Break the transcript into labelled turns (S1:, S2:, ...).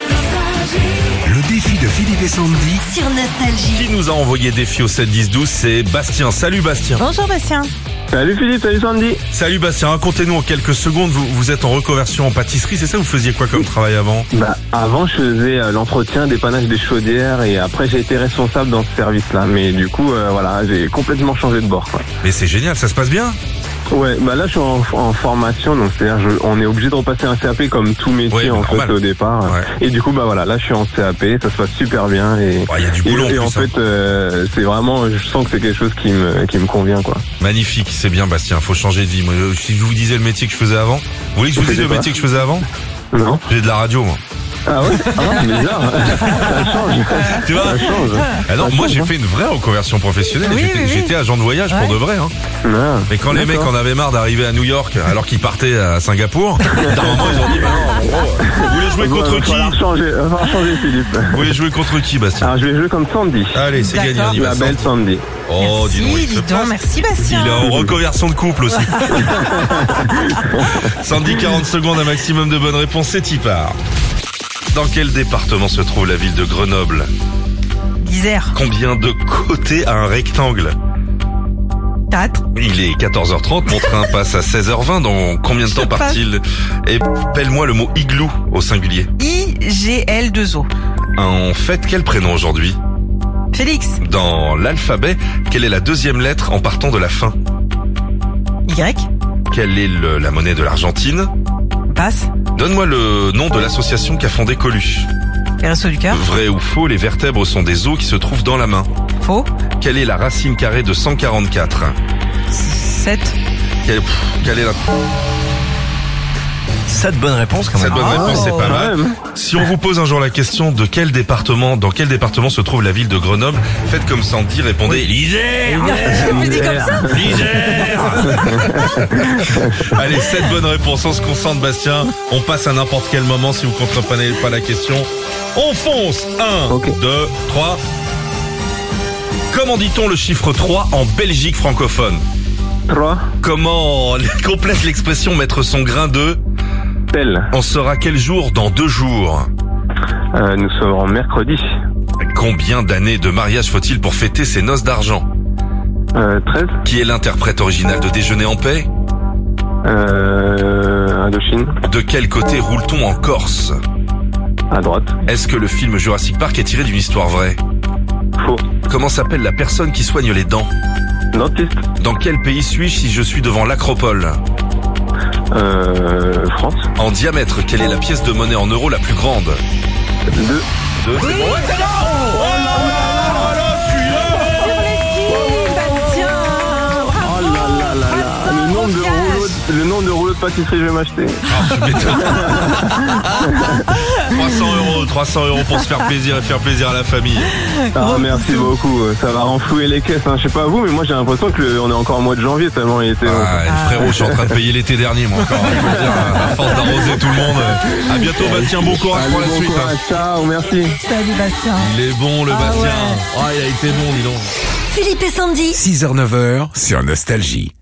S1: Le défi de Philippe et Sandy.
S2: Sur Nostalgie.
S3: Qui nous a envoyé des au 7 10 12 C'est Bastien. Salut Bastien.
S4: Bonjour Bastien.
S5: Salut Philippe, salut Sandy.
S3: Salut Bastien. Racontez-nous en quelques secondes. Vous, vous êtes en reconversion en pâtisserie, c'est ça Vous faisiez quoi comme travail avant
S5: Bah, avant, je faisais euh, l'entretien, dépannage des chaudières et après, j'ai été responsable dans ce service-là. Mais du coup, euh, voilà, j'ai complètement changé de bord. Quoi.
S3: Mais c'est génial. Ça se passe bien
S5: Ouais, bah là, je suis en, en formation, donc c'est-à-dire, je- on est obligé de repasser un CAP comme tout métier
S3: Ouais,
S5: en
S3: normal.
S5: fait au départ.
S3: Ouais.
S5: Et du coup, bah voilà, là, je suis en CAP, ça se passe super bien et.
S3: Ouais, Il y a du
S5: Et,
S3: boulot en
S5: et
S3: plus.
S5: en
S3: hein.
S5: fait, euh, c'est vraiment, je sens que c'est quelque chose qui me, qui me convient, quoi.
S3: Magnifique. C'est bien Bastien. Faut changer de vie. Moi, euh, si je vous disais le métier que je faisais avant, vous voulez que je vous
S5: Vous
S3: dise le
S5: faites
S3: métier que je faisais avant
S5: Non
S3: J'ai de la radio. Moi.
S5: Ah ouais Ah, bizarre. ça change.
S3: Tu vois
S5: Ça change.
S3: Ah non,
S5: Ça
S3: moi
S5: change,
S3: j'ai
S5: hein.
S3: fait une vraie reconversion professionnelle.
S4: Oui,
S3: J'étais
S4: oui, oui.
S3: j'étais agent de voyage pour
S4: Ouais.
S3: de vrai. Hein.
S5: Ah,
S3: Mais quand les mecs
S5: d'accord.
S3: en avaient marre d'arriver à New York alors qu'ils partaient à Singapour, d'un moment ils ont dit bah non, en gros, vous voulez jouer
S5: Bon,
S3: contre
S5: va
S3: qui
S5: falloir changer, va falloir changer, Philippe.
S3: Vous voulez jouer contre qui, Bastien
S5: Alors Ah, je vais jouer comme Sandy.
S3: Allez, c'est gagné, on y va.
S5: Ah. La belle Sandy.
S3: Oh, dis donc,
S4: Merci,
S3: il se
S4: dis donc,
S3: passe.
S4: merci
S3: Il
S4: Bastien.
S3: est en reconversion de couple aussi. Sandy, 40 secondes, un maximum de bonnes réponses, c'est y part. Dans quel département se trouve la ville de Grenoble
S4: L'Isère,
S3: Combien de côtés a un rectangle
S4: 4.
S3: Il est 14h30, mon train passe à 16h20, dans combien de temps
S4: passe.
S3: part-il Et pelle-moi le mot igloo au singulier.
S4: IGL2O.
S3: En fait, quel prénom aujourd'hui
S4: Félix,
S3: Dans l'alphabet, quelle est la deuxième lettre en partant de la fin
S4: Y,
S3: Quelle est le- la monnaie de l'Argentine
S4: passe,
S3: Donne-moi le nom de l'association qu'a fondée Coluche.
S4: les restos du cœur,
S3: Vrai ou faux, les vertèbres sont des os qui se trouvent dans la main.
S4: faux,
S3: Quelle est la racine carrée de 144
S4: 7.
S3: Quelle, pff, quelle est la...
S1: Ça de bonnes réponses quand
S3: Cette
S1: même.
S3: bonne réponse, Ah, c'est pas
S5: Quand
S3: mal.
S5: même.
S3: Si on vous pose un jour la question de quel département, dans quel département se trouve la ville de Grenoble, faites comme Sandy, répondez l'Isère L'Isère Allez, cette bonne réponse, on se concentre Bastien, on passe à n'importe quel moment si vous comprenez pas la question. On fonce 1,
S5: Ok.
S3: 2, 3. Comment dit-on le chiffre 3 en Belgique francophone
S5: 3,
S3: Comment on complète l'expression mettre son grain de
S5: tel.
S3: On sera quel jour dans deux jours
S5: Euh, nous serons mercredi.
S3: Combien d'années de mariage faut-il pour fêter ses noces d'argent
S5: Euh, 13,
S3: Qui est l'interprète original de Déjeuner en paix
S5: euh, Indochine,
S3: De quel côté roule-t-on en Corse
S5: à droite,
S3: Est-ce que le film Jurassic Park est tiré d'une histoire vraie
S5: faux,
S3: Comment s'appelle la personne qui soigne les dents
S5: dentiste,
S3: Dans quel pays suis-je si je suis devant l'acropole
S5: euh, France,
S3: En diamètre, quelle est la pièce de monnaie en euros la plus grande
S5: 2,
S3: Deux. c'est bon. Ouais, c'est bon. Oh là là là là, celui-là. Oh,
S4: Bastien,
S3: Ah
S5: Oh là là là là Le nombre de rouleaux, le nombre de rouleaux de pâtisserie, je vais m'acheter.
S3: Ah, tu m'étonnes. 300 euros, 300 euros pour se faire plaisir et faire plaisir à la famille.
S5: Ah, merci beaucoup. euh, Ça va renflouer les caisses. Hein. Je sais pas vous, mais moi j'ai l'impression que le- on est encore au mois de janvier tellement il était. long.
S3: Ah, et frérot, je suis en train de payer l'été dernier, moi encore. Je veux dire, à force d'arroser tout le monde. euh, À bientôt, Bastien. Bon courage
S5: Allez,
S3: pour la
S5: bon
S3: suite.
S5: courage.
S3: hein.
S5: Ciao, merci.
S4: Salut Bastien.
S3: Il est bon, le Bastien. Ah, il a été bon, dis donc.
S2: Philippe et Sandy.
S6: 6h-9h sur Nostalgie.